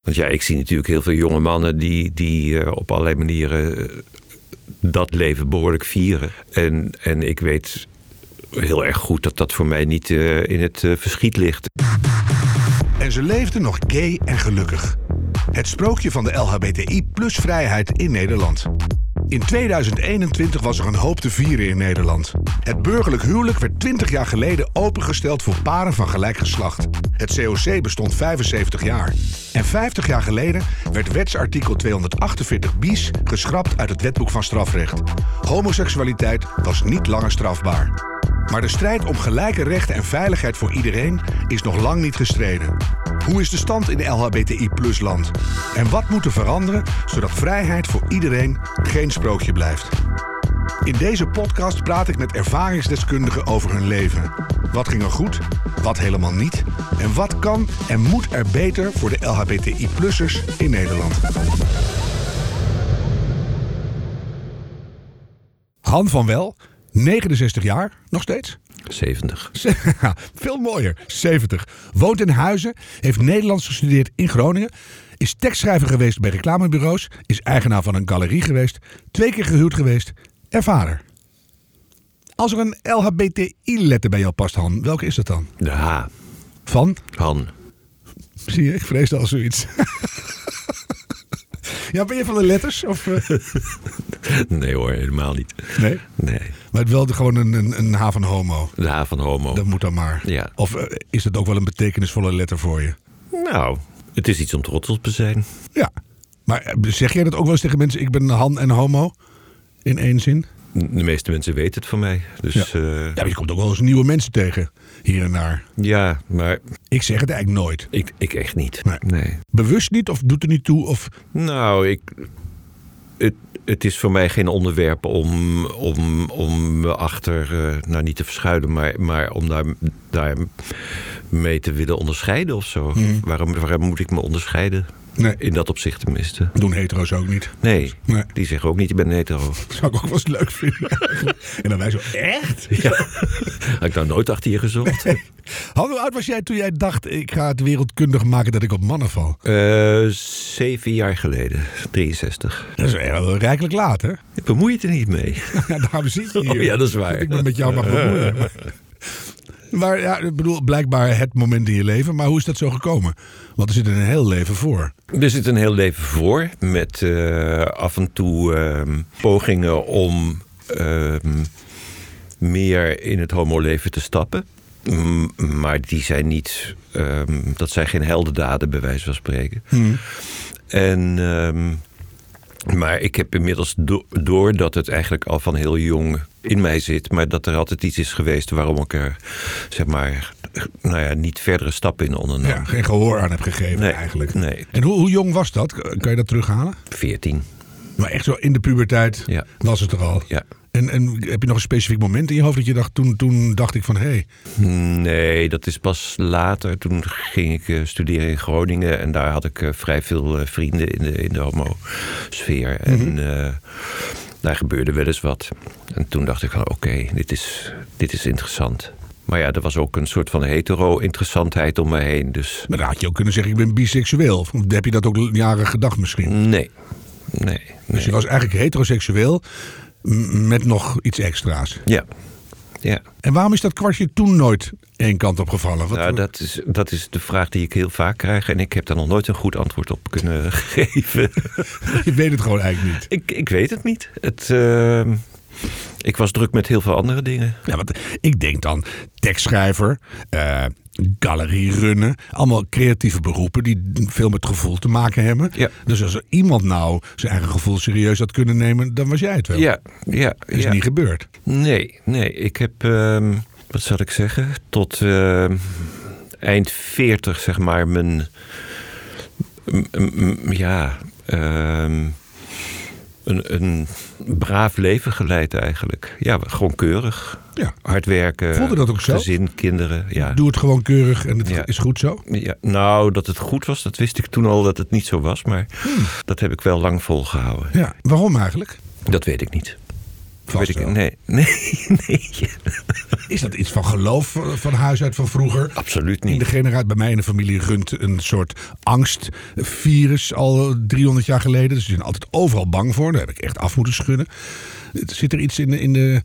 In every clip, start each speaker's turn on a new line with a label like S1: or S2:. S1: Want ja, ik zie natuurlijk heel veel jonge mannen die, die eh, op allerlei manieren eh, dat leven behoorlijk vieren. En, en ik weet heel erg goed dat dat voor mij niet eh, in het eh, verschiet ligt.
S2: En ze leefden nog gay en gelukkig. Het sprookje van de LHBTI plus vrijheid in Nederland. In 2021 was er een hoop te vieren in Nederland. Het burgerlijk huwelijk werd 20 jaar geleden opengesteld voor paren van gelijk geslacht. Het COC bestond 75 jaar. En 50 jaar geleden werd wetsartikel 248 bis geschrapt uit het wetboek van strafrecht. Homoseksualiteit was niet langer strafbaar. Maar de strijd om gelijke rechten en veiligheid voor iedereen is nog lang niet gestreden. Hoe is de stand in LHBTI land? En wat moet er veranderen zodat vrijheid voor iedereen geen sprookje blijft? In deze podcast praat ik met ervaringsdeskundigen over hun leven. Wat ging er goed? Wat helemaal niet? En wat kan en moet er beter voor de LHBTI-plussers in Nederland? Han van Wel, 69 jaar, nog steeds?
S1: 70.
S2: Ja, Veel mooier. 70. Woont in Huizen. Heeft Nederlands gestudeerd in Groningen. Is tekstschrijver geweest bij reclamebureaus. Is eigenaar van een galerie geweest. Twee keer gehuwd geweest. En vader. Als er een LHBTI-letter bij jou past, Han, welke is dat dan?
S1: De H.
S2: Van?
S1: Han.
S2: Zie je, ik vreesde al zoiets. ja, ben je van de letters? Of, eh?
S1: Nee hoor, helemaal niet.
S2: Nee.
S1: Nee.
S2: Maar het wel de- gewoon een, een, een H van homo.
S1: De H van homo.
S2: Dat moet dan maar.
S1: Ja.
S2: Of eh, is dat ook wel een betekenisvolle letter voor je?
S1: Nou, het is iets om trots op te zijn.
S2: Ja. Maar eh, zeg jij dat ook wel eens tegen mensen? Ik ben Han en homo. In één zin.
S1: De meeste mensen weten het van mij. Dus
S2: Ja.
S1: eh,
S2: Ja, maar je komt ook wel eens nieuwe mensen tegen. Hier en daar.
S1: ja, maar
S2: Ik zeg het eigenlijk nooit.
S1: ik, ik echt niet.
S2: Nee.
S1: nee.
S2: Bewust niet of doet er niet toe. Of
S1: Nou, ik, het, het is voor mij geen onderwerp om, om, om me achter, eh, nou niet te verschuilen, maar, maar om daar, daar mee te willen onderscheiden of zo. Waarom, waarom moet ik me onderscheiden?
S2: Nee.
S1: In dat opzicht tenminste.
S2: doen hetero's ook niet.
S1: Nee,
S2: Nee.
S1: die zeggen ook niet, je bent hetero.
S2: Dat zou ik ook wel eens leuk vinden. en dan wij zo, echt?
S1: Ja. Had ik nou nooit achter je gezocht?
S2: Han, hoe oud was jij toen jij dacht... ik ga het wereldkundig maken dat ik op mannen val?
S1: Eh, zeven jaar geleden, 63.
S2: Dat is wel rijkelijk laat, hè?
S1: Je bemoeit er niet mee.
S2: Ja, daarom zit je hier.
S1: Oh ja, dat is waar.
S2: ik me met jou mag bemoeien. Maar, maar ja, ik bedoel, blijkbaar het moment in je leven. Maar hoe is dat zo gekomen? Want er zit een heel leven voor.
S1: Er zit een heel leven voor met eh, af en toe ehm, pogingen om ehm, meer in het homoleven te stappen. Mm, maar die zijn niet, ehm, dat zijn geen heldendaden bij wijze van spreken.
S2: Hmm.
S1: En, ehm, maar ik heb inmiddels do- door dat het eigenlijk al van heel jong in mij zit. Maar dat er altijd iets is geweest waarom ik er zeg maar, nou ja, niet verdere stappen in ondernam.
S2: Ja, Nou, geen gehoor aan heb gegeven
S1: Nee,
S2: eigenlijk.
S1: nee.
S2: En hoe, hoe jong was dat? Kan je dat terughalen?
S1: 14.
S2: Maar echt zo in de puberteit
S1: Ja.
S2: was het er al.
S1: Ja.
S2: En, en heb je nog een specifiek moment in je hoofd dat je dacht... toen, toen dacht ik van, hé, hey,
S1: Nee, dat is pas later. Toen ging ik eh, studeren in Groningen. En daar had ik eh, vrij veel eh, vrienden in de, in de homo-sfeer.
S2: Mhm.
S1: En eh, daar gebeurde wel eens wat. En toen dacht ik van, oké, dit, is, dit is interessant. Maar ja, er was ook een soort van hetero-interessantheid om me heen. Dus
S2: maar dan had je ook kunnen zeggen ik ben biseksueel. Of Heb je dat ook jaren gedacht misschien?
S1: nee, nee,
S2: Dus
S1: nee.
S2: je was eigenlijk heteroseksueel m- met nog iets extra's.
S1: Ja, ja.
S2: En waarom is dat kwartje toen nooit één kant op gevallen? Wat-
S1: Nou, dat, is, dat is de vraag die ik heel vaak krijg. En ik heb daar nog nooit een goed antwoord op kunnen geven.
S2: Je weet het gewoon eigenlijk niet.
S1: Ik, ik weet het niet. Het, ehm, ik was druk met heel veel andere dingen.
S2: Ja, want ik denk dan tekstschrijver, eh galerie runnen. Allemaal creatieve beroepen die veel met gevoel te maken hebben.
S1: Ja.
S2: Dus als er iemand nou zijn eigen gevoel serieus had kunnen nemen, dan was jij het wel.
S1: Ja, ja.
S2: Dat is
S1: ja.
S2: niet gebeurd.
S1: Nee, nee. Ik heb, ehm, wat zal ik zeggen, tot ehm, eind 40 zeg maar mijn, m- m- m- ja, ehm, een, een braaf leven geleid eigenlijk. Ja, gewoon keurig.
S2: Ja.
S1: Hard werken.
S2: Voelde dat ook zo?
S1: Gezin, kinderen. Ja.
S2: Doe het gewoon keurig en het
S1: Ja.
S2: is goed zo.
S1: Ja, nou, dat het goed was, dat wist ik toen al dat het niet zo Hmm. was. Maar dat heb ik wel lang volgehouden.
S2: Ja. Waarom eigenlijk?
S1: Dat weet ik niet.
S2: Vast
S1: weet ik,
S2: wel.
S1: nee, nee, nee.
S2: Is dat iets van geloof eh, van huis uit van vroeger?
S1: Absoluut
S2: In de
S1: niet.
S2: generatie, bij mij in de familie runt een soort angstvirus al 300 jaar geleden. Dus ze zijn altijd overal bang voor. Daar heb ik echt af moeten schudden. Het- Zit er iets in de, in de,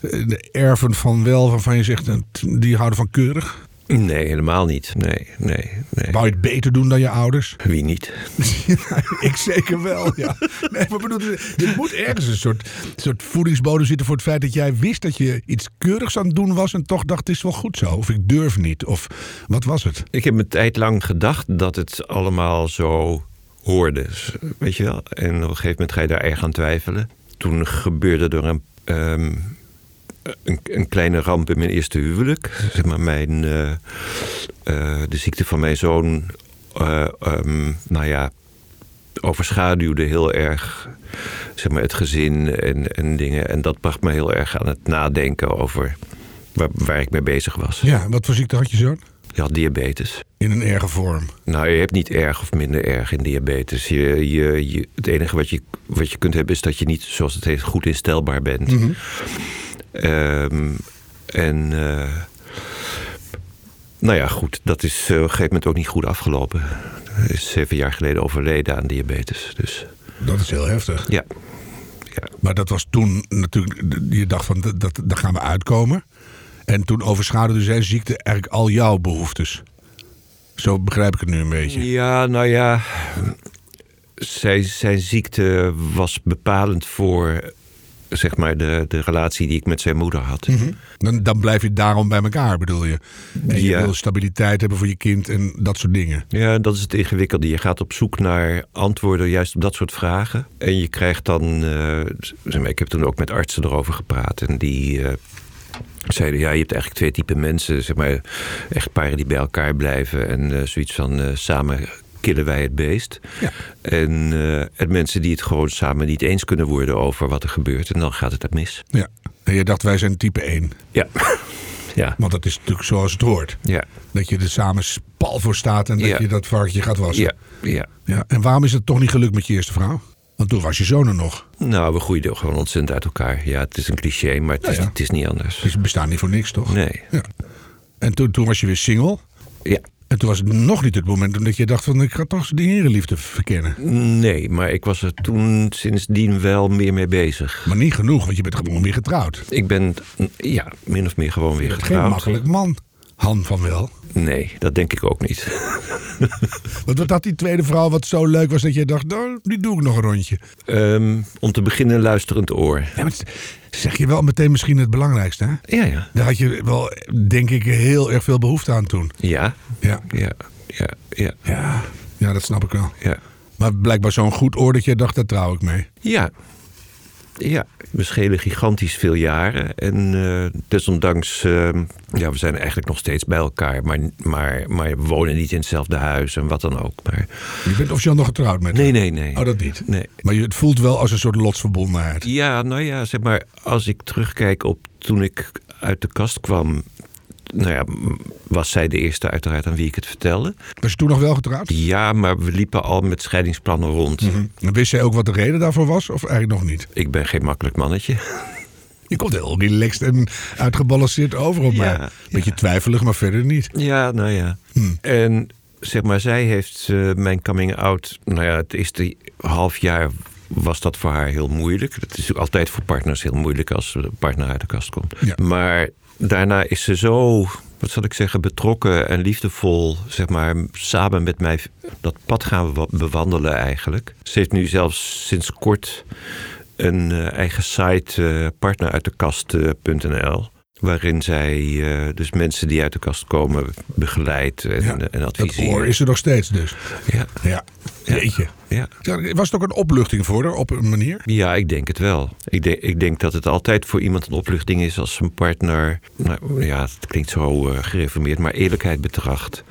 S2: in de erven van wel waarvan je zegt, eh, t- die houden van keurig?
S1: Nee, helemaal niet. Nee, nee, nee.
S2: Wou je het beter doen dan je ouders?
S1: Wie niet?
S2: Ja, ik zeker wel, ja. Nee, maar bedoel, er moet ergens een soort, soort voedingsbodem zitten voor het feit dat jij wist dat je iets keurigs aan het doen was en toch dacht het is wel goed zo. Of ik durf niet. Of wat was het?
S1: Ik heb een tijd lang gedacht dat het allemaal zo hoorde. s- Weet je wel? En op een gegeven moment ga je daar erg aan twijfelen. Toen gebeurde er een, ehm, een, een kleine ramp in mijn eerste huwelijk. Zeg maar mijn, eh, eh, de ziekte van mijn zoon, eh, ehm, nou ja, overschaduwde heel erg zeg maar, het gezin en, en dingen. En dat bracht me heel erg aan het nadenken over waar, waar ik mee bezig was.
S2: Ja, wat voor ziekte had je zoon?
S1: Je had diabetes.
S2: In een erge vorm.
S1: Nou, je hebt niet erg of minder erg in diabetes. Je, je, je, het enige wat je, wat je kunt hebben is dat je niet, zoals het heet, goed instelbaar bent. Ehm, en. eh, nou ja, goed. Dat is eh, op een gegeven moment ook niet goed afgelopen. Hij is zeven jaar geleden overleden aan diabetes. Dus
S2: Dat is heel heftig.
S1: ja. ja.
S2: Maar dat was toen natuurlijk, je dacht van, dat, dat- daar gaan we uitkomen. En toen overschaduwde zijn ziekte eigenlijk al jouw behoeftes. Zo begrijp ik het nu een beetje.
S1: Ja, nou ja. Zij, zijn ziekte was bepalend voor. zeg maar de, de relatie die ik met zijn moeder had.
S2: Mhm. Dan, dan blijf je daarom bij elkaar, bedoel je. En je
S1: Ja.
S2: wil stabiliteit hebben voor je kind en dat soort dingen.
S1: Ja, dat is het ingewikkelde. Je gaat op zoek naar antwoorden juist op dat soort vragen. En je krijgt dan. eh, zeg maar, ik heb toen ook met artsen erover gepraat. En die eh, zeiden: ja, je hebt eigenlijk twee typen mensen. Zeg maar, echtparen die bij elkaar blijven. En eh, zoiets van: eh, samen killen wij het beest.
S2: Ja.
S1: En, eh, en mensen die het gewoon samen niet eens kunnen worden over wat er gebeurt. En dan gaat het mis.
S2: Ja. En je dacht, wij zijn type 1.
S1: Ja. ja.
S2: Want dat is natuurlijk zoals het hoort.
S1: Ja.
S2: Dat je er samen pal voor staat en dat
S1: Ja.
S2: je dat varkentje gaat wassen.
S1: Ja. Ja.
S2: Ja. En waarom is het toch niet gelukt met je eerste vrouw? Want toen was je zoon er nog.
S1: Nou, we groeiden gewoon ontzettend uit elkaar. Ja, het is een cliché, maar het is,
S2: Nou ja.
S1: niet- het is niet anders.
S2: Dus we bestaan niet voor niks, toch?
S1: Nee.
S2: Ja. En toen, toen was je weer single.
S1: Ja.
S2: En toen was het nog niet het moment omdat je dacht van ik ga toch de herenliefde verkennen.
S1: Nee, maar ik was er toen sindsdien wel meer mee bezig.
S2: Maar niet genoeg, want je bent gewoon weer getrouwd.
S1: Ik ben, ja, min of meer gewoon weer
S2: Geen
S1: getrouwd.
S2: makkelijk man, Han van Wel.
S1: Nee, dat denk ik ook niet.
S2: Want wat had die tweede vrouw wat zo leuk was dat jij dacht, nou, die doe ik nog een rondje.
S1: Ehm, om te beginnen een luisterend oor.
S2: Ja, maar zeg je wel meteen misschien het belangrijkste, hè?
S1: Ja, ja.
S2: Daar had je wel, denk ik, heel erg veel behoefte aan toen.
S1: Ja,
S2: Ja.
S1: ja, ja, ja,
S2: Ja. Ja, dat snap ik wel.
S1: ja.
S2: Maar blijkbaar zo'n goed oor dat jij dacht, daar trouw ik mee.
S1: Ja. Ja, we schelen gigantisch veel jaren. En eh, desondanks, eh, ja, we zijn eigenlijk nog steeds bij elkaar. Maar, maar, maar we wonen niet in hetzelfde huis en wat dan ook. Maar,
S2: Je bent officieel nog getrouwd met
S1: nee,
S2: hem?
S1: nee, nee.
S2: Oh, dat niet?
S1: Nee.
S2: Maar je, het voelt wel als een soort lotsverbondenheid.
S1: Ja, nou ja, zeg maar, als ik terugkijk op toen ik uit de kast kwam. Nou ja, m- was zij de eerste uiteraard aan wie ik het vertelde.
S2: Was je toen nog wel getrouwd?
S1: Ja, maar we liepen al met scheidingsplannen rond.
S2: En wist jij ook wat de reden daarvoor was? Of eigenlijk nog niet?
S1: Ik ben geen makkelijk mannetje.
S2: Je komt heel relaxed en uitgebalanceerd over op
S1: Ja,
S2: mij. Beetje twijfelig, maar verder niet.
S1: Ja, nou ja. En zeg maar, zij heeft eh, mijn coming out. Nou ja, het eerste half jaar was dat voor haar heel moeilijk. Dat is ook altijd voor partners heel moeilijk als de partner uit de kast komt.
S2: Ja.
S1: Maar daarna is ze zo, wat zal ik zeggen, betrokken en liefdevol. Zeg maar, samen met mij dat pad gaan we bewandelen eigenlijk. Ze heeft nu zelfs sinds kort een eh, eigen site, eh, partneruitdekast.nl. Waarin zij eh, dus mensen die uit de kast komen begeleidt en, eh,
S2: Ja,
S1: en
S2: Dat
S1: adviseert.
S2: oor is er nog steeds dus.
S1: ja,
S2: Ja, jeetje.
S1: ja.
S2: Was het ook een opluchting voor haar op een manier?
S1: ja, ik denk het wel. Ik, de- ik denk dat het altijd voor iemand een opluchting is als zijn partner... Nou, ja, het klinkt zo eh, gereformeerd, maar eerlijkheid betracht.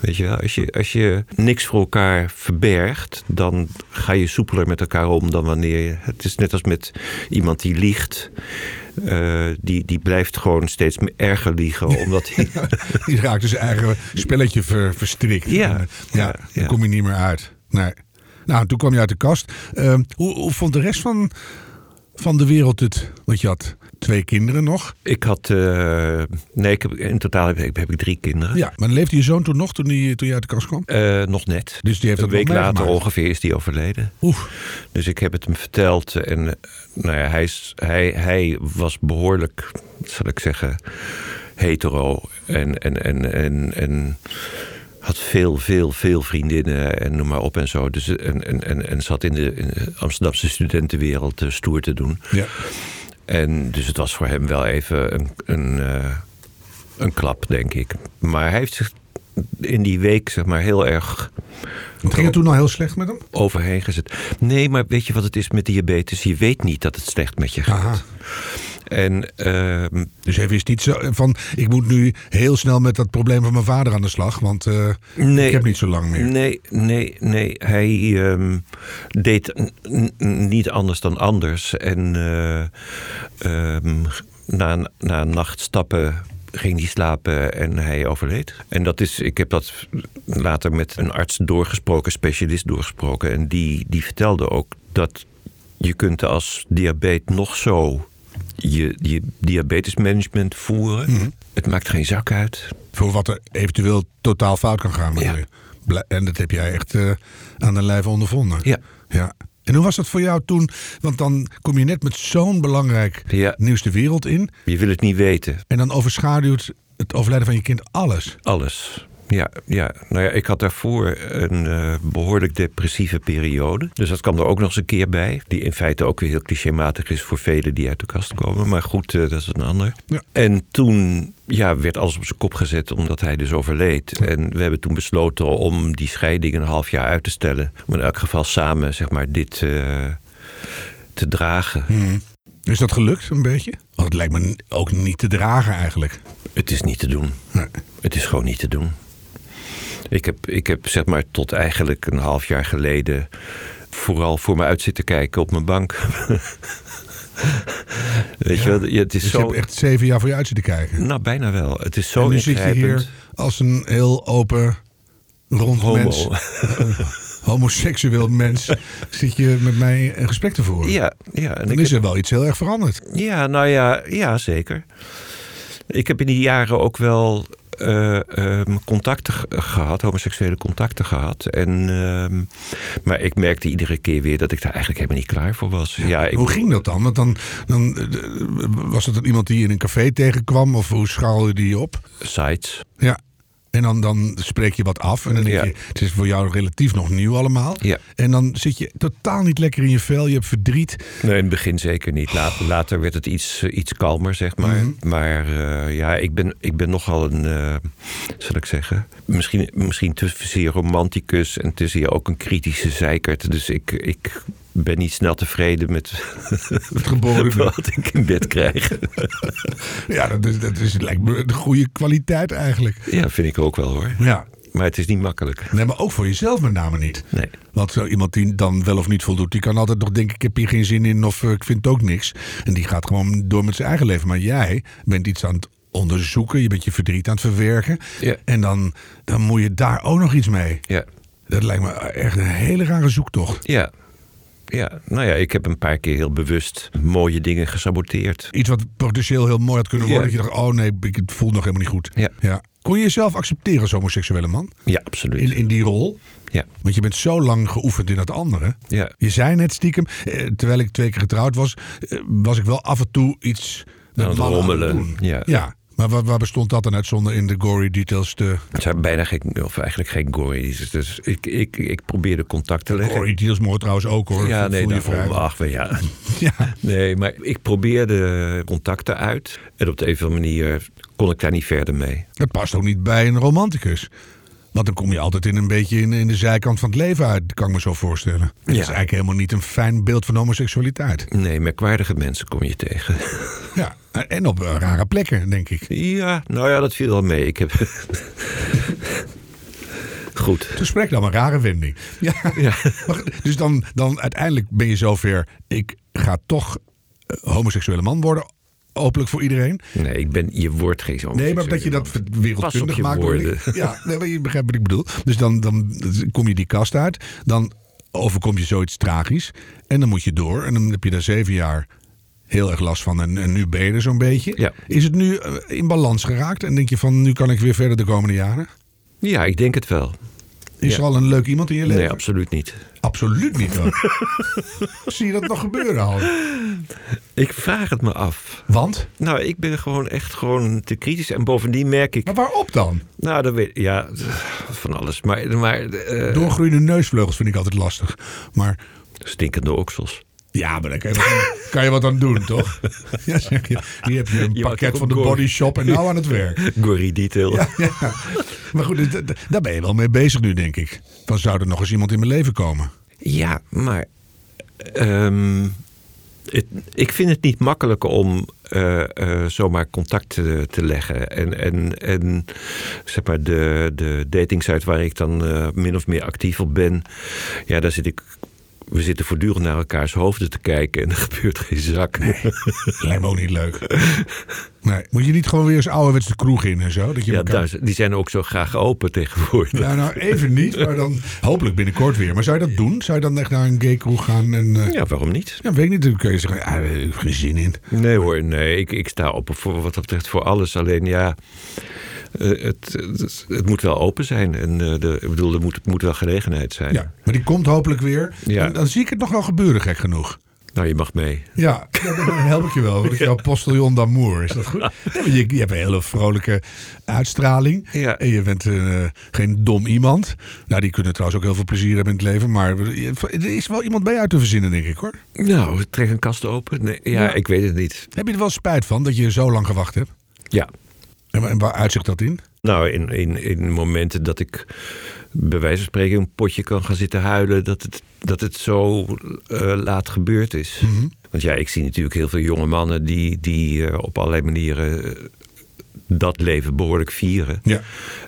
S1: Weet je wel, als je, als je niks voor elkaar verbergt... dan ga je soepeler met elkaar om dan wanneer je... Het is net als met iemand die liegt... Eh, die, die blijft gewoon steeds erger liegen, omdat hij...
S2: Die raakt dus eigen spelletje ver- verstrikt. eh,
S1: Ja.
S2: ja,
S1: Ja,
S2: daar
S1: ja.
S2: kom je niet meer uit. Nee. Nou, en toen kwam je uit de kast. Ehm, hoe, hoe vond de rest van van de wereld het? Want je had twee kinderen nog.
S1: Ik had. eh, nee, ik heb, in totaal heb, ik- heb ik drie kinderen.
S2: Ja, maar leefde je zoon toen nog, toen, hij, toen je uit de kast kwam?
S1: Eh, nog net.
S2: Dus die heeft
S1: een
S2: dat nog
S1: week later
S2: meegemaakt.
S1: ongeveer is die overleden.
S2: Oeh,
S1: Dus ik heb het hem verteld. En eh, nou ja, hij, is- hij, hij was behoorlijk, zal ik zeggen, hetero. En, en, en, en, en had veel, veel, veel vriendinnen en noem maar op en zo. Dus, eh, en, en, en, en zat in de, in de Amsterdamse studentenwereld eh, stoer te doen.
S2: ja.
S1: En dus het was voor hem wel even een, een, eh, een klap, denk ik. Maar hij heeft zich in die week zeg maar, heel erg
S2: Het ging het toen al heel slecht met hem?
S1: overheen gezet. Nee, maar weet je wat het is met diabetes? Je weet niet dat het slecht met je gaat.
S2: Aha.
S1: En ehm,
S2: Dus hij wist niet zo van, ik moet nu heel snel met dat probleem van mijn vader aan de slag, want eh,
S1: Nee.
S2: ik heb niet zo lang meer.
S1: nee, nee, nee. Hij ehm, deed n- n- niet anders dan anders. En eh, ehm, na, een- na een nacht stappen ging hij slapen en hij overleed. En dat is, ik heb dat later met een arts doorgesproken, specialist doorgesproken. En die, die vertelde ook dat je kunt als diabetes nog zo je, je diabetesmanagement voeren.
S2: Mhm.
S1: Het maakt geen zak uit.
S2: Voor wat er eventueel totaal fout kan gaan. bedoel
S1: Ja.
S2: je. Bla- En dat heb jij echt eh, aan de lijve ondervonden.
S1: Ja.
S2: ja. En hoe was dat voor jou toen? Want dan kom je net met zo'n belangrijk
S1: Ja.
S2: nieuws de wereld in.
S1: Je wil het niet weten.
S2: En dan overschaduwt het overlijden van je kind alles.
S1: Alles. Ja, ja, nou ja, ik had daarvoor een eh, behoorlijk depressieve periode. Dus dat kwam er ook nog eens een keer bij. Die in feite ook weer heel clichématig is voor velen die uit de kast komen. Maar goed, eh, dat is een ander.
S2: Ja.
S1: En toen ja, werd alles op zijn kop gezet omdat hij dus overleed. En we hebben toen besloten om die scheiding een half jaar uit te stellen. Om in elk geval samen zeg maar, dit eh, te dragen.
S2: Hmm. Is dat gelukt een beetje? Want het lijkt me n- ook niet te dragen eigenlijk.
S1: Het is niet te doen.
S2: Nee.
S1: Het is gewoon niet te doen. Ik heb, ik heb zeg maar tot eigenlijk een half jaar geleden vooral voor me uit zitten kijken op mijn bank. Weet je wel, ja, het is
S2: Dus je
S1: zo.
S2: hebt echt zeven jaar voor je uit zitten kijken.
S1: Nou, bijna wel. Het is zo
S2: en nu zit je
S1: ingrijpend.
S2: hier als een heel open, rond
S1: Homo.
S2: mens, homoseksueel mens, zit je met mij een gesprek te voeren.
S1: Ja, ja. En
S2: Dan
S1: ik
S2: is er wel iets heel erg veranderd.
S1: Ja, nou ja, ja zeker. Ik heb in die jaren ook wel eh, ehm, contacten ge- gehad, homoseksuele contacten gehad. En, ehm, maar ik merkte iedere keer weer dat ik daar eigenlijk helemaal niet klaar voor was. Ja, ik,
S2: Hoe ging dat dan? Want dan, dan eh, was het dan iemand die je in een café tegenkwam of hoe schaalde die je op?
S1: Sites.
S2: Ja. En dan, dan spreek je wat af en dan denk
S1: Ja.
S2: je, het is voor jou relatief nog nieuw allemaal.
S1: Ja.
S2: En dan zit je totaal niet lekker in je vel, je hebt verdriet.
S1: Nee, in het begin zeker niet. La- later werd het iets, eh, iets kalmer, zeg maar. Maar eh, ja, ik ben, ik ben nogal een, eh, zal ik zeggen, misschien, misschien te zeer romanticus en te zeer ook een kritische zeikert. Dus ik, ik ben niet snel tevreden met
S2: Het geboren.
S1: wat ik in bed krijg.
S2: ja, dat, is, dat is, lijkt me de goede kwaliteit eigenlijk.
S1: Ja, vind ik ook wel hoor.
S2: Ja.
S1: Maar het is niet makkelijk.
S2: Nee, maar ook voor jezelf met name niet.
S1: Nee.
S2: Want zo iemand die dan wel of niet voldoet, die kan altijd nog denken: ik heb hier geen zin in of eh, ik vind het ook niks. En die gaat gewoon door met zijn eigen leven. Maar jij bent iets aan het onderzoeken, je bent je verdriet aan het verwerken.
S1: Ja.
S2: En dan, dan moet je daar ook nog iets mee.
S1: Ja.
S2: Dat lijkt me echt een hele rare zoektocht.
S1: Ja. Ja, nou ja, ik heb een paar keer heel bewust mooie dingen gesaboteerd.
S2: Iets wat potentieel heel mooi had kunnen worden.
S1: Ja.
S2: Dat je dacht: oh nee, ik het voel nog helemaal niet goed.
S1: Ja.
S2: Kon je jezelf accepteren als homoseksuele man?
S1: Ja,
S2: In,
S1: absoluut.
S2: in die rol?
S1: Ja.
S2: Want je bent zo lang geoefend in dat andere.
S1: Ja.
S2: Je zei net stiekem, eh, terwijl ik twee keer getrouwd was, eh, was ik wel af en toe iets met
S1: Aan het
S2: mannen aan het
S1: rommelen,
S2: doen.
S1: ja.
S2: Maar waar, waar bestond dat dan uit zonder in de gory details te...
S1: Het zijn bijna geen, of eigenlijk geen gories. Dus ik, ik, ik probeerde contact te leggen.
S2: Gory details mooi trouwens ook hoor.
S1: Eh, Ja,
S2: Voel
S1: nee, nou,
S2: je
S1: daarom.
S2: vrij.
S1: Ach, we- ja.
S2: Ja.
S1: Nee, maar ik probeerde contacten uit. En op de een of andere manier kon ik daar niet verder mee.
S2: Dat past ook niet bij een romanticus. Want dan kom je altijd in een beetje in, in de zijkant van het leven uit, kan ik me zo voorstellen. Dat is eigenlijk helemaal niet een fijn beeld van homoseksualiteit.
S1: Nee, merkwaardige mensen kom je tegen.
S2: Ja, en op eh, rare plekken, denk ik.
S1: Ja, nou ja, dat viel wel mee. Ik heb... Goed.
S2: Het gesprek dan een rare wending. Ja.
S1: Ja.
S2: Maar, dus dan, dan uiteindelijk ben je zover. Ik ga toch eh, homoseksuele man worden. Hopelijk voor iedereen.
S1: Nee, ik ben, je wordt geen zo'n
S2: Nee, maar dat je dat
S1: Pas op
S2: wereldkundig
S1: je
S2: maakt. bedoel ik.
S1: woorden.
S2: Ja, nee, maar je begrijpt wat ik bedoel. Dus dan, dan kom je die kast uit. Dan overkom je zoiets tragisch. En dan moet je door. En dan heb je daar zeven jaar heel erg last van. En, en nu ben je er zo'n beetje.
S1: Ja.
S2: Is het nu eh, in balans geraakt? En denk je van, nu kan ik weer verder de komende jaren?
S1: Ja, ik denk het wel.
S2: Is
S1: Ja.
S2: er al een leuk iemand in je leven?
S1: Nee, absoluut niet.
S2: Absoluut niet. hoor. Zie je dat nog gebeuren al?
S1: Ik vraag het me af.
S2: Want?
S1: Nou, ik ben gewoon echt gewoon te kritisch. En bovendien merk ik...
S2: Maar waarop dan?
S1: Nou, dat weet, ja, van alles. Maar, maar eh,
S2: Doorgroeiende neusvleugels vind ik altijd lastig. Maar
S1: stinkende oksels.
S2: ja, maar daar kan je wat aan, kan je wat aan doen, toch? Ja, zeg je. Hier heb je een
S1: Je maakt
S2: pakket
S1: ook
S2: van de
S1: een goal.
S2: body shop en nou aan het werk.
S1: Gory detail.
S2: Ja. Maar goed, d- d- daar ben je wel mee bezig nu, denk ik. Van zou er nog eens iemand in mijn leven komen?
S1: Ja, maar ehm, het- ik vind het niet makkelijk om eh, eh, zomaar contact te, te leggen. En, en, en zeg maar de, de datingsite waar ik dan eh, min of meer actief op ben, ja, daar zit ik. We zitten voortdurend naar elkaars hoofden te kijken en er gebeurt geen zak.
S2: Lijkt me ook niet leuk. Nee, moet je niet gewoon weer eens ouderwets de kroeg in en zo? Dat je
S1: Ja,
S2: elkaar-
S1: daar, die zijn ook zo graag open tegenwoordig.
S2: Nou, nou, even niet, maar dan hopelijk binnenkort weer. Maar zou je dat doen? Zou je dan echt naar een gay kroeg gaan? En, eh,
S1: Ja, waarom niet?
S2: ja, weet ik niet. Dan kun je zeggen, ah, ik heb geen zin in.
S1: Nee hoor, nee. Ik, ik sta op voor wat dat betreft voor alles. Alleen ja, eh, het, het, het moet wel open zijn. En eh, de, ik bedoel, er moet, moet wel gelegenheid zijn.
S2: Ja, maar die komt hopelijk weer.
S1: Ja.
S2: En dan zie ik het nog wel gebeuren, gek genoeg.
S1: Nou, je mag mee.
S2: Ja, ja, dan help ik je wel. Want ik jouw postillon d'amour. Is dat goed? Ja, maar je, je hebt een hele vrolijke uitstraling.
S1: Ja.
S2: En je bent eh, geen dom iemand. Nou, die kunnen trouwens ook heel veel plezier hebben in het leven. Maar er is wel iemand bij uit te verzinnen, denk ik hoor.
S1: Nou, trek een kast open. Nee, ja,
S2: Ja.
S1: ik weet het niet.
S2: Heb je er wel spijt van dat je zo lang gewacht hebt?
S1: Ja.
S2: En, wa- en waar uitzicht dat in?
S1: Nou, in, in, in momenten dat ik bij wijze van spreken een potje kan gaan zitten huilen, dat het, dat het zo eh, laat gebeurd is. Want ja, ik zie natuurlijk heel veel jonge mannen die, die eh, op allerlei manieren eh, dat leven behoorlijk vieren.
S2: Ja.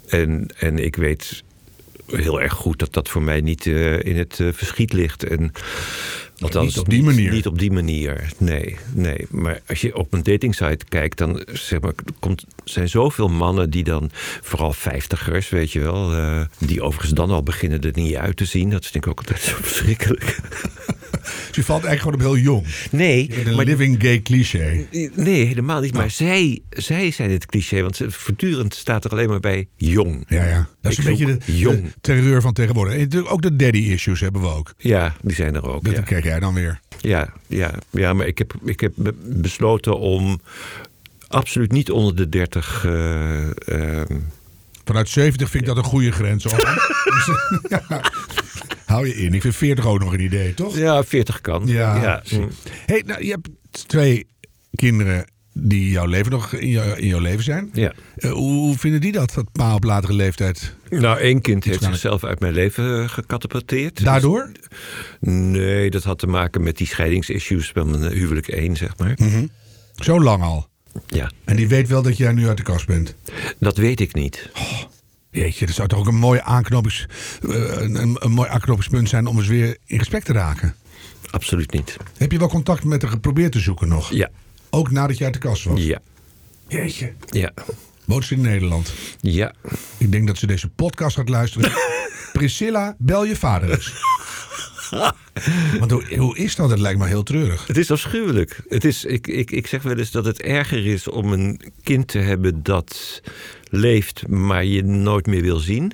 S1: En, en ik weet heel erg goed dat dat voor mij niet eh, in het eh, verschiet ligt. En,
S2: niet op die manier.
S1: Niet op die manier, nee, nee. Maar als je op een datingsite kijkt, dan zeg maar, er komt, zijn zoveel mannen die dan, vooral vijftigers, weet je wel, eh, die overigens dan al beginnen er niet uit te zien. Dat vind ik ook altijd zo verschrikkelijk.
S2: Dus je valt eigenlijk gewoon op heel jong.
S1: Nee,
S2: Je bent een
S1: maar
S2: living gay cliché.
S1: Nee, helemaal niet. Maar zij, zij zijn het cliché. Want ze- voortdurend staat er alleen maar bij jong.
S2: Ja, ja. Dat is
S1: Ik
S2: een beetje
S1: zoek
S2: de,
S1: jong.
S2: de terreur van tegenwoordig. En natuurlijk ook de daddy issues hebben we ook.
S1: Ja, die zijn er ook.
S2: Dat
S1: ja.
S2: krijg jij dan weer.
S1: Ja, ja, ja, maar ik heb, ik heb be- besloten om absoluut niet onder de 30. eh, ehm,
S2: Vanuit 70 vind ik dat een goede grens. Hoor. Dus, ja. Hou je in. Ik vind 40 ook nog een idee, toch?
S1: ja, 40 kan.
S2: Ja,
S1: mm.
S2: Hey, nou, je hebt twee kinderen die jouw leven nog in jouw, in jouw leven zijn.
S1: hm, ja.
S2: Eh, hoe, hoe vinden die dat, dat pa op latere leeftijd?
S1: Nou, één kind heeft
S2: aan-
S1: zichzelf uit mijn leven eh, gecatapulteerd.
S2: Daardoor?
S1: Nee, dat had te maken met die scheidingsissues bij mijn eh, huwelijk 1, zeg maar.
S2: Hm. Zo lang al.
S1: Ja,
S2: En die weet wel dat jij nu uit de kast bent.
S1: dat weet ik niet.
S2: Jeetje, dat zou toch ook een mooi, aanknopings, eh, een, een mooi aanknopingspunt zijn om eens weer in gesprek te raken.
S1: Absoluut niet.
S2: Heb je wel contact met haar geprobeerd te zoeken nog?
S1: Ja,
S2: Ook nadat je uit de kast was?
S1: ja,
S2: Jeetje.
S1: ja,
S2: Woont ze in Nederland?
S1: ja.
S2: Ik denk dat ze deze podcast gaat luisteren. Priscilla, bel je vader eens. Want hoe, hoe is dat? Het lijkt me heel treurig.
S1: Het is afschuwelijk. Het is, ik, ik, ik zeg wel eens dat het erger is om een kind te hebben dat leeft, maar je nooit meer wil zien,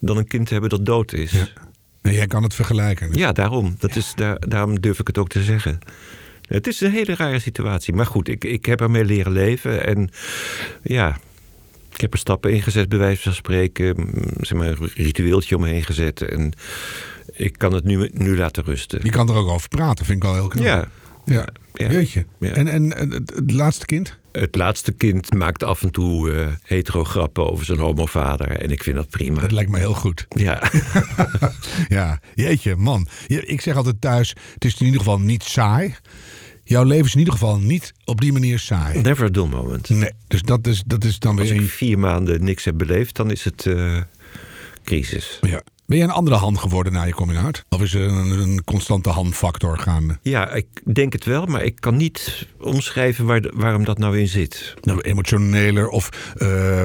S1: dan een kind te hebben dat dood is. Ja,
S2: Nee, jij kan het vergelijken.
S1: daarom. Dat Is, daar, daarom durf ik het ook te zeggen. Het is een hele rare situatie. Maar goed, ik, ik heb ermee leren leven. En ja, ik heb er stappen in gezet, bij wijze van spreken. mm, Zeg maar, een ritueeltje omheen gezet. En ik kan het nu, nu laten rusten.
S2: Je kan er ook over praten, vind ik al heel knap.
S1: Ja,
S2: ja.
S1: Ja.
S2: Jeetje.
S1: Ja.
S2: En, en eh, het, het laatste kind?
S1: Het laatste kind maakt af en toe eh hetero grappen over zijn homovader. En ik vind dat prima.
S2: Dat lijkt me heel goed.
S1: Ja,
S2: ja, jeetje, man. Je- Ik zeg altijd thuis, het is in ieder geval niet saai. Jouw leven is in ieder geval niet op die manier saai.
S1: never a dull moment.
S2: Nee, dus dat is, dat is dan
S1: Als
S2: weer...
S1: ik
S2: een-
S1: vier maanden niks heb beleefd, dan is het eh, crisis.
S2: Ja. Ben je een andere Han geworden na je coming out? Of is er een, een constante Han-factor gaande?
S1: Ja, ik denk het wel, maar ik kan niet omschrijven waar de- waarom dat nou in zit.
S2: Nou, emotioneler of eh,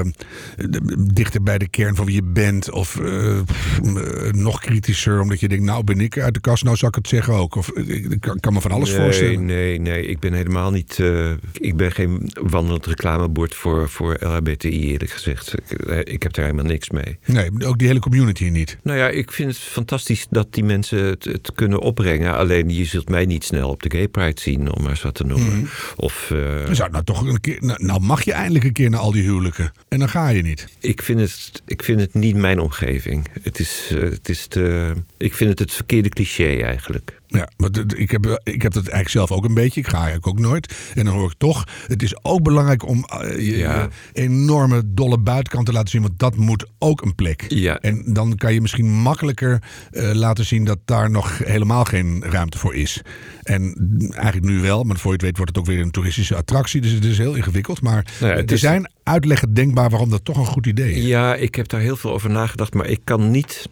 S2: d- dichter bij de kern van wie je bent. Of eh, pff, eh, nog kritischer, omdat je denkt, nou ben ik uit de kast, nou zou ik het zeggen ook. Of, eh, ik ik kan, kan me van alles
S1: nee,
S2: voorstellen.
S1: Nee, nee, ik ben helemaal niet. eh, ik ben geen wandelend reclamebord voor, voor LHBTI, eerlijk gezegd. Ik, eh, ik heb daar helemaal niks mee.
S2: Nee, ook die hele community niet.
S1: Nou ja, ik vind het fantastisch dat die mensen het, het kunnen opbrengen. Alleen je zult mij niet snel op de Gay Pride zien, om maar eens wat te noemen. Of eh,
S2: Dan Zou nou, toch een keer, nou, nou mag je eindelijk een keer naar al die huwelijken. En dan ga je niet.
S1: ik, vind het, ik vind het niet mijn omgeving. Het is, eh, het is te, ik vind het het verkeerde cliché eigenlijk.
S2: Ja, want het- ik heb, ik heb dat eigenlijk zelf ook een beetje. Ik ga eigenlijk ook nooit. En dan hoor ik toch, het is ook belangrijk om eh, je,
S1: Ja.
S2: je enorme dolle buitenkant te laten zien. Want dat moet ook een plek.
S1: Ja.
S2: En dan kan je misschien makkelijker eh, laten zien dat daar nog helemaal geen ruimte voor is. En eigenlijk nu wel, maar voor je het weet wordt het ook weer een toeristische attractie. Dus het is heel ingewikkeld. Maar
S1: Nou ja, het
S2: er
S1: is-
S2: zijn uitleggen denkbaar waarom dat toch een goed idee is.
S1: Ja, ik heb daar heel veel over nagedacht, maar ik kan niet.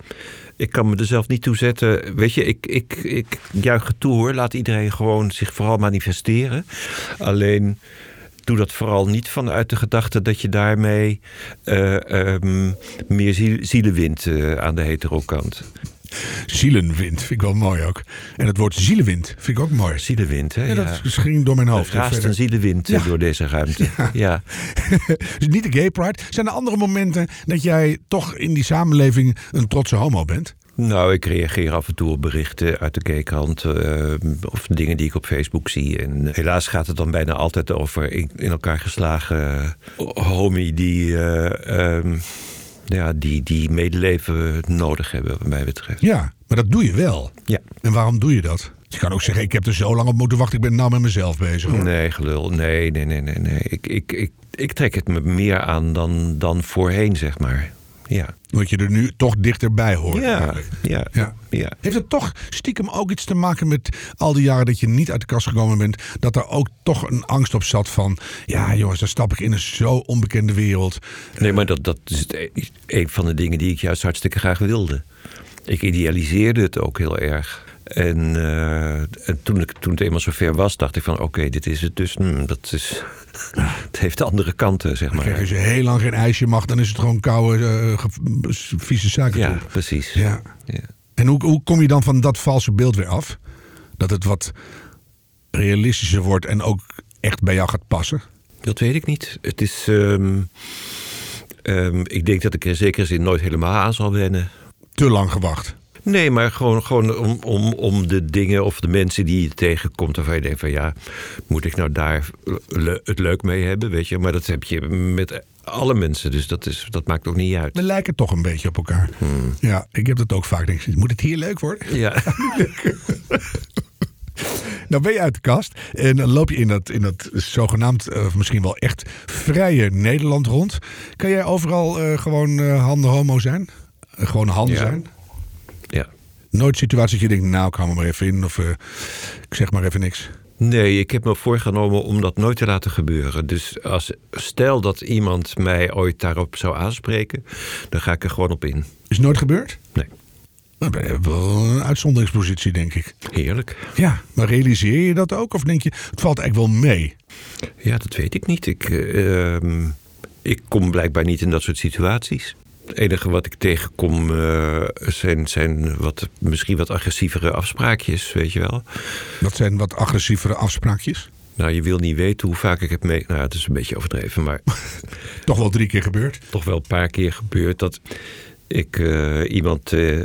S1: Ik kan me er zelf niet toe zetten. Weet je, ik, ik, ik juich het toe hoor. Laat iedereen gewoon zich vooral manifesteren. Alleen doe dat vooral niet vanuit de gedachte dat je daarmee eh, ehm, meer ziel- zielen wint eh, aan de heterokant.
S2: Zielenwind vind ik wel mooi ook. En het woord zielenwind vind ik ook mooi.
S1: Zielenwind, hè?
S2: Ja,
S1: Ja,
S2: dat ging door mijn hoofd.
S1: Er raast een zielenwind eh,
S2: Ja.
S1: door deze ruimte. Ja.
S2: Dus niet de gay pride. Zijn er andere momenten dat jij toch in die samenleving een trotse homo bent?
S1: Nou, ik reageer af en toe op berichten uit de gaykant eh, of dingen die ik op Facebook zie. En eh, helaas gaat het dan bijna altijd over in, in elkaar geslagen eh, homie die, eh, ehm, ja, die, die medeleven nodig hebben, wat mij betreft.
S2: Ja, maar dat doe je wel.
S1: Ja.
S2: En waarom doe je dat? Je kan ook zeggen, ik heb er zo lang op moeten wachten. Ik ben nou met mezelf bezig. hoor.
S1: Nee, gelul. Nee, nee, nee, nee. nee. Ik, ik, ik, ik trek het me meer aan dan, dan voorheen, zeg maar. Ja.
S2: Omdat je er nu toch dichterbij hoort.
S1: Ja,
S2: eigenlijk.
S1: ja,
S2: Ja.
S1: ja.
S2: Heeft het toch stiekem ook iets te maken met al die jaren dat je niet uit de kast gekomen bent? Dat er ook toch een angst op zat van, ja jongens, dan stap ik in een zo onbekende wereld.
S1: Nee, maar dat, dat is het e- een van de dingen die ik juist hartstikke graag wilde. Ik idealiseerde het ook heel erg. En, eh, en toen, ik, toen het eenmaal zover was, dacht ik van... oké, dit is het dus. Hmm, dat is, het heeft andere kanten, zeg
S2: Kijk,
S1: maar.
S2: als je heel lang geen ijsje mag, dan is het gewoon koude, eh, ge- vieze
S1: Ja,
S2: suikertroep.
S1: precies.
S2: Ja.
S1: Ja.
S2: En hoe, hoe kom je dan van dat valse beeld weer af? Dat het wat realistischer wordt en ook echt bij jou gaat passen?
S1: Dat weet ik niet. Het is... ehm, ehm, ik denk dat ik er in zekere zin nooit helemaal aan zal wennen.
S2: Te lang gewacht.
S1: Nee, maar gewoon, gewoon om, om, om de dingen of de mensen die je tegenkomt... waarvan je denkt van ja, moet ik nou daar le- het leuk mee hebben, weet je? Maar dat heb je met alle mensen, dus dat, is, dat maakt ook niet uit.
S2: We lijken toch een beetje op elkaar. Ja, ik heb dat ook vaak. Denk, ik, moet het hier leuk worden?
S1: Ja,
S2: Nou ben je uit de kast en dan loop je in dat, in dat zogenaamd, eh, of misschien wel echt vrije Nederland rond. Kan jij overal eh, gewoon eh, handen homo zijn? Eh, gewoon handen
S1: Ja.
S2: zijn?
S1: ja.
S2: Nooit situatie dat je denkt, nou ik hou me maar even in of eh, ik zeg maar even niks.
S1: Nee, ik heb me voorgenomen om dat nooit te laten gebeuren. Dus als, stel dat iemand mij ooit daarop zou aanspreken... dan ga ik er gewoon op in.
S2: Is nooit gebeurd?
S1: Nee,
S2: Nou, ben je wel een uitzonderingspositie, denk ik.
S1: heerlijk.
S2: Ja, maar realiseer je dat ook? Of denk je, het valt eigenlijk wel mee?
S1: Ja, dat weet ik niet. Ik, eh, ehm, ik kom blijkbaar niet in dat soort situaties. Het enige wat ik tegenkom eh, zijn, zijn wat, misschien wat agressievere afspraakjes, weet je wel.
S2: Dat zijn wat agressievere afspraakjes.
S1: Nou, je wil niet weten hoe vaak ik heb mee... Nou, het is een beetje overdreven, maar
S2: Toch wel drie keer gebeurd.
S1: toch wel een paar keer gebeurd dat ik eh, iemand eh,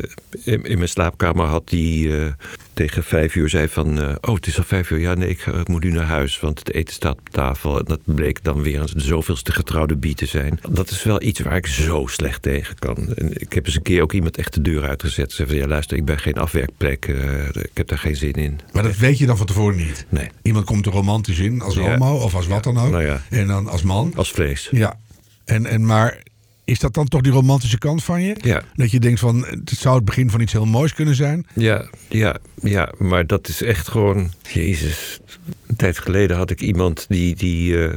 S1: in, in mijn slaapkamer had die eh, tegen vijf uur zei van... eh, oh, het is al vijf uur. Ja, nee, ik, ga- ik moet nu naar huis, want het eten staat op tafel. En dat bleek dan weer een zoveelste getrouwde bie te zijn. Dat is wel iets waar ik zo slecht tegen kan. En ik heb eens een keer ook iemand echt de deur uitgezet. Ze zei van, ja, luister, ik ben geen afwerkplek. eh, ik heb daar geen zin in.
S2: Maar dat weet je dan van tevoren niet.
S1: Nee,
S2: Iemand komt er romantisch in, als
S1: Ja.
S2: homo of als wat dan ook.
S1: Nou ja.
S2: En dan als man.
S1: als vlees.
S2: Ja. En, en maar is dat dan toch die romantische kant van je?
S1: Ja.
S2: Dat je denkt van, het zou het begin van iets heel moois kunnen zijn.
S1: Ja, ja, ja, maar dat is echt gewoon. Jezus. Een tijd geleden had ik iemand die. die eh,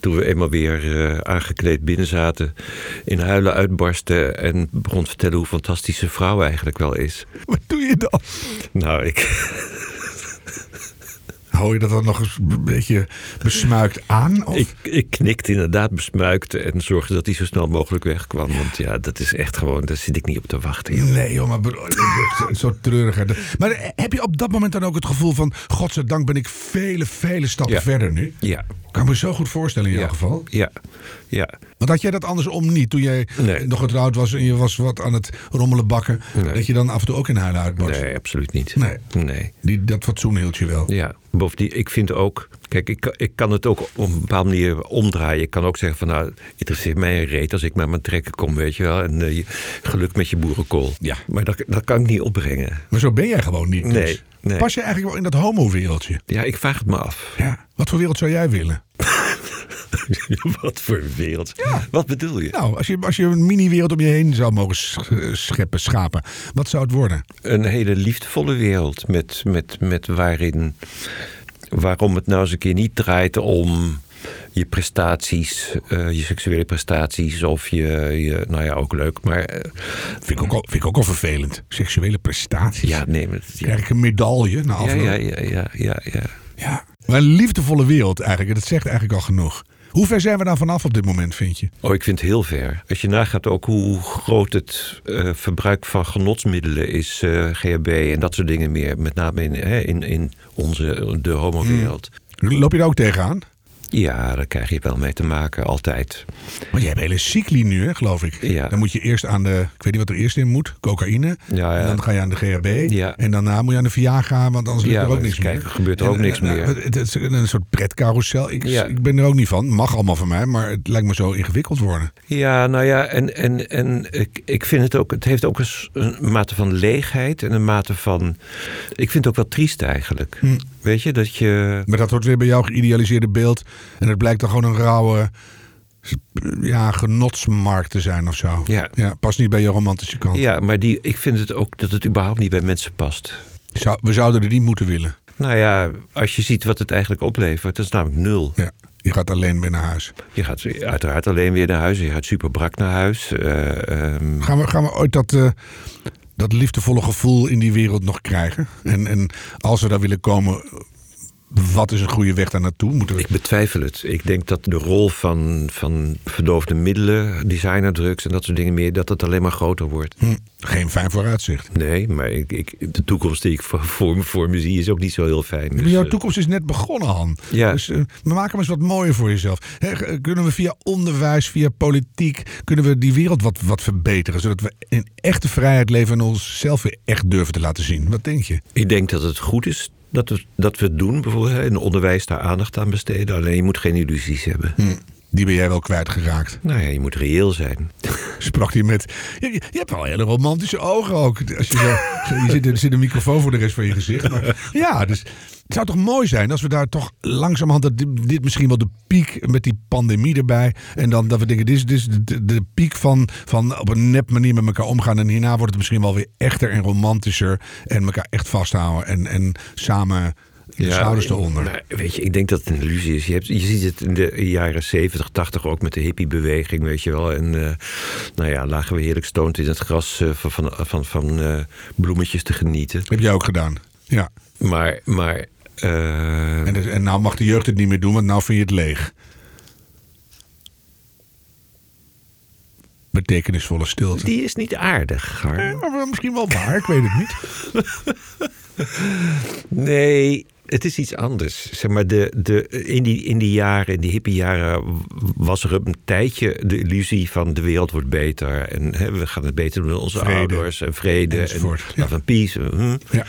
S1: toen we eenmaal weer eh, aangekleed binnen zaten, in huilen uitbarstte en begon te vertellen hoe fantastische vrouw eigenlijk wel is.
S2: Wat doe je dan?
S1: Nou, ik,
S2: Hou je dat dan nog eens een beetje besmuikt aan? Of?
S1: Ik, ik knikte inderdaad besmuikt en zorgde dat hij zo snel mogelijk wegkwam. Want ja, dat is echt gewoon, daar zit ik niet op te wachten. joh.
S2: Nee, joh, maar bro- zo- zo treurigheid. Maar eh, heb je op dat moment dan ook het gevoel van... godzijdank ben ik vele, vele stappen
S1: Ja.
S2: verder nu?
S1: Ja.
S2: Kan me zo goed voorstellen in
S1: ja.
S2: jouw geval.
S1: Ja. Ja.
S2: Want had jij dat andersom niet? Toen jij
S1: Nee.
S2: nog getrouwd was en je was wat aan het rommelen bakken...
S1: Nee.
S2: dat je dan af en toe ook in huilen uitbarst?
S1: Nee, absoluut niet.
S2: Nee.
S1: Nee.
S2: Die, dat fatsoen hield je wel.
S1: Ja, bovendien, ik vind ook... Kijk, ik, kan- ik kan het ook op een bepaalde manier omdraaien. Ik kan ook zeggen van, nou, interesseert mij een reet als ik met mijn trekken kom, weet je wel. En eh, je- geluk met je boerenkool.
S2: Ja.
S1: Maar dat, dat kan ik niet opbrengen.
S2: Maar zo ben jij gewoon niet. dus.
S1: Nee, nee.
S2: Pas je eigenlijk wel in dat homo-wereldje?
S1: Ja, ik vraag het me af.
S2: Ja. Wat voor wereld zou jij willen?
S1: Wat voor wereld. Wat bedoel je?
S2: Nou, als je, als je een mini-wereld om je heen zou mogen sch- scheppen, schapen... wat zou het worden?
S1: een hele liefdevolle wereld. Met, met, met waarin, waarom het nou eens een keer niet draait om je prestaties, eh, je seksuele prestaties of je, je, nou ja, ook leuk, maar eh,
S2: Vind ik ook al, vind ik ook al vervelend. Seksuele prestaties.
S1: ja, nee, maar het- ja,
S2: Krijg ik een medaille na
S1: ja,
S2: afloop.
S1: ja, ja, ja, ja, ja.
S2: Ja. Maar een liefdevolle wereld eigenlijk. Dat zegt eigenlijk al genoeg. Hoe ver zijn we daar vanaf op dit moment, vind je?
S1: Oh, ik vind het heel ver. Als je nagaat ook hoe groot het eh, verbruik van genotsmiddelen is, eh, GHB en dat soort dingen meer, met name in, hè, in, in onze, de homo-wereld.
S2: Loop je daar ook tegenaan? Hmm.
S1: Ja, daar krijg je wel mee te maken, altijd.
S2: Want je hebt een hele cycli nu, hè, geloof ik.
S1: Ja.
S2: Dan moet je eerst aan de, ik weet niet wat er eerst in moet, cocaïne.
S1: Ja, ja.
S2: En dan ga je aan de GHB.
S1: Ja.
S2: En daarna moet je aan de Viagra, want anders lukt
S1: Ja,
S2: er ook
S1: maar
S2: niks
S1: kijk,
S2: meer.
S1: er gebeurt er ook
S2: En,
S1: niks
S2: eh, nou,
S1: meer.
S2: Het, het is een soort pretcarousel. Ik,
S1: Ja.
S2: ik ben er ook niet van. Mag allemaal van mij, maar het lijkt me zo ingewikkeld worden.
S1: Ja, nou ja, en, en, en ik, ik vind het ook, het heeft ook een, s- een mate van leegheid en een mate van, ik vind het ook wel triest eigenlijk.
S2: Hmm.
S1: Weet je, dat je,
S2: Maar dat wordt weer bij jou geïdealiseerde beeld. En het blijkt dan gewoon een rauwe ja, genotsmarkt te zijn of zo.
S1: Ja.
S2: past niet bij je romantische kant.
S1: ja, maar die, ik vind het ook dat het überhaupt niet bij mensen past.
S2: Zou- we zouden er niet moeten willen.
S1: Nou ja, als je ziet wat het eigenlijk oplevert, dat is namelijk nul.
S2: Ja. Je gaat alleen weer naar huis.
S1: Je gaat uiteraard alleen weer naar huis, je gaat super brak naar huis. eh, ehm,
S2: Gaan we, gaan we ooit dat, eh, dat liefdevolle gevoel in die wereld nog krijgen? En, en als we daar willen komen, wat is een goede weg daar naartoe? Moeten we...
S1: Ik betwijfel het. Ik denk dat de rol van, van verdoofde middelen, designerdrugs en dat soort dingen meer, dat het alleen maar groter wordt.
S2: Hm, geen fijn vooruitzicht.
S1: Nee, maar ik, ik, de toekomst die ik voor, voor, me- voor me zie is ook niet zo heel fijn.
S2: Maar
S1: Dus,
S2: jouw
S1: eh,
S2: toekomst is net begonnen, Han.
S1: Ja.
S2: Dus eh, we maken hem eens wat mooier voor jezelf. Hè, g- eh, kunnen we via onderwijs, via politiek, kunnen we die wereld wat, wat verbeteren? Zodat we in echte vrijheid leven en onszelf weer echt durven te laten zien. Wat denk je?
S1: ik denk dat het goed is dat we, dat we het doen, bijvoorbeeld hè, in onderwijs daar aandacht aan besteden. Alleen je moet geen illusies hebben.
S2: Hm. Die ben jij wel kwijtgeraakt.
S1: Nou ja, je moet reëel zijn.
S2: Sprak hij met. Je, je- je hebt wel hele romantische ogen ook. Als je, zo, je zit, er zit een microfoon voor de rest van je gezicht. Maar, ja, dus het zou toch mooi zijn als we daar toch langzamerhand. dat Dit, dit misschien wel de piek met die pandemie erbij. En dan dat we denken: dit is, dit is de, de piek van, van op een nep manier met elkaar omgaan. En hierna wordt het misschien wel weer echter en romantischer. En elkaar echt vasthouden en, en samen. De schouders eronder.
S1: maar weet je, ik denk dat het een illusie is. Je, hebt, je ziet het in de jaren 70, 80 ook met de hippiebeweging, weet je wel. En eh, nou ja, lagen we heerlijk stoned in het gras eh, van, van, van, van eh, bloemetjes te genieten.
S2: Heb jij ook gedaan. Ja.
S1: Maar, maar eh,
S2: En, dus- en nou mag de jeugd het niet meer doen, want nou vind je het leeg. Betekenisvolle stilte.
S1: die is niet aardig, Gar.
S2: Eh, maar misschien wel waar, ik weet het niet.
S1: Nee, het is iets anders. Zeg maar, de, de, in, die, in die jaren, in die hippe jaren, was er een tijdje de illusie van de wereld wordt beter. En hè, we gaan het beter doen met onze
S2: Vrede.
S1: ouders en vrede.
S2: Enzovoort,
S1: En
S2: ja.
S1: love and peace. en, hm.
S2: Ja.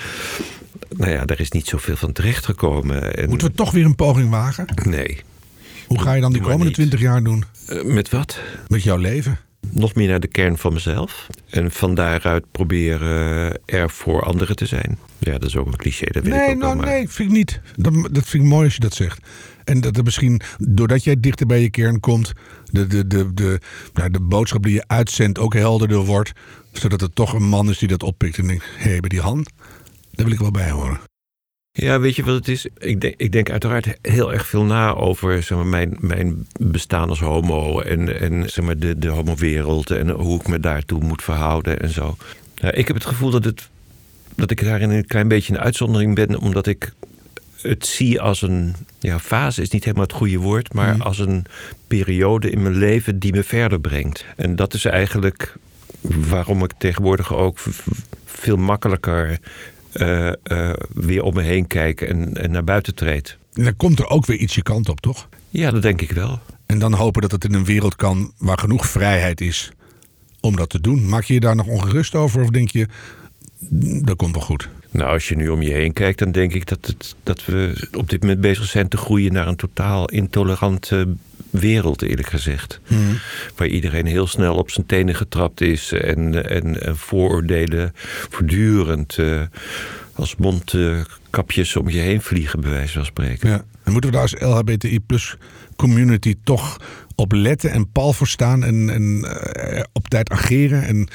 S1: Nou ja, daar is niet zoveel van terechtgekomen. En,
S2: Moeten we toch weer een poging wagen?
S1: Nee.
S2: Hoe ga je dan die
S1: Doe maar
S2: komende
S1: niet.
S2: 20 jaar doen
S1: Eh, met wat?
S2: met jouw leven?
S1: Nog meer naar de kern van mezelf. En van daaruit proberen er voor anderen te zijn. Ja, dat is ook een cliché. Dat weet ik
S2: Nee,
S1: ook wel,
S2: nou,
S1: maar-
S2: nee, vind ik niet. Dat, dat vind ik mooi als je dat zegt. En dat er misschien, doordat jij dichter bij je kern komt, de, de, de, de, nou, de boodschap die je uitzendt ook helderder wordt. Zodat het toch een man is die dat oppikt en denkt, hé, hey, bij die hand, daar wil ik wel bij horen.
S1: Ja, weet je wat het is? Ik denk, ik denk uiteraard heel erg veel na over zeg maar, mijn, mijn bestaan als homo en, en zeg maar, de, de homowereld en hoe ik me daartoe moet verhouden en zo. Nou, ik heb het gevoel dat, het, dat ik daarin een klein beetje een uitzondering ben, omdat ik het zie als een ja, fase, is niet helemaal het goede woord, maar als een periode in mijn leven die me verder brengt. En dat is eigenlijk waarom ik tegenwoordig ook v- v- veel makkelijker eh, eh, weer om me heen kijk en, en naar buiten treed.
S2: En dan komt er ook weer iets je kant op, toch?
S1: Ja, dat denk ik wel.
S2: En dan hopen dat het in een wereld kan waar genoeg vrijheid is om dat te doen. Maak je je daar nog ongerust over of denk je, "Mm, dat komt wel goed?
S1: Nou, als je nu om je heen kijkt, dan denk ik dat, het, dat we op dit moment bezig zijn te groeien naar een totaal intolerante wereld, eerlijk gezegd. Waar iedereen heel snel op zijn tenen getrapt is en, en, en vooroordelen voortdurend eh, als mondkapjes om je heen vliegen, bij wijze van spreken.
S2: Ja. En moeten we daar als LHBTI plus community toch op letten en pal voor staan en, en eh, op tijd ageren en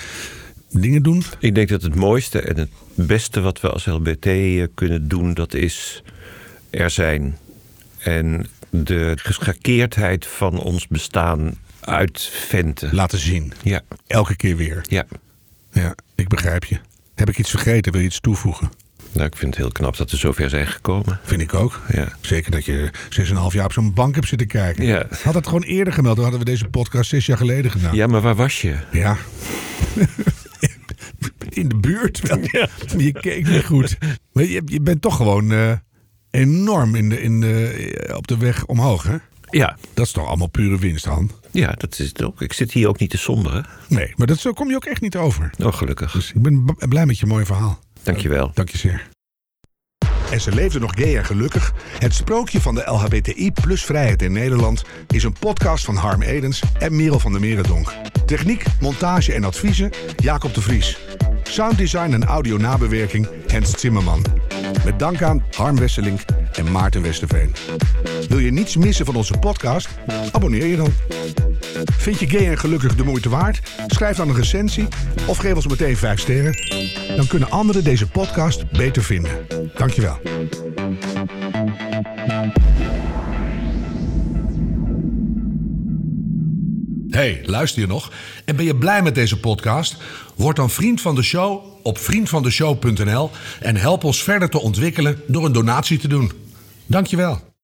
S2: dingen doen?
S1: Ik denk dat het mooiste en het beste wat we als LBT eh, kunnen doen, dat is er zijn. En de geschakeerdheid van ons bestaan uitventen.
S2: Laten zien.
S1: Ja,
S2: Elke keer weer.
S1: ja.
S2: Ja, ik begrijp je. Heb ik iets vergeten? Wil je iets toevoegen?
S1: Nou, ik vind het heel knap dat we zover zijn gekomen.
S2: Vind ik ook.
S1: Ja.
S2: Zeker dat je 6,5 jaar op zo'n bank hebt zitten kijken.
S1: Ja.
S2: Had het gewoon eerder gemeld, dan hadden we deze podcast zes jaar geleden gedaan.
S1: ja, maar waar was je?
S2: Ja. In de buurt wel. Je keek niet goed. Maar je, je bent toch gewoon eh, enorm in de, in de, eh, op de weg omhoog, hè?
S1: Ja,
S2: Dat is toch allemaal pure winst, Han?
S1: ja dat is het ook. Ik zit hier ook niet te somberen.
S2: Nee, maar dat, zo kom je ook echt niet over.
S1: Oh, gelukkig.
S2: Dus ik ben b- blij met je mooie verhaal.
S1: Dankjewel.
S2: Dank je zeer. En ze leefden nog gay en gelukkig. Het sprookje van de LHBTI plus vrijheid in Nederland is een podcast van Harm Edens en Merel van der Merendonk. Techniek, montage en adviezen Jacob de Vries. Sounddesign en audio nabewerking Hens Zimmerman. Met dank aan Harm Wesselink en Maarten Westerveen. Wil je niets missen van onze podcast? Abonneer je dan. Vind je gay en gelukkig de moeite waard? Schrijf dan een recensie of geef ons meteen 5 sterren. Dan kunnen anderen deze podcast beter vinden. Dankjewel. Hey, luister je nog? En ben je blij met deze podcast? Word dan vriend van de show op vriendvandeshow.nl en help ons verder te ontwikkelen door een donatie te doen. Dankjewel.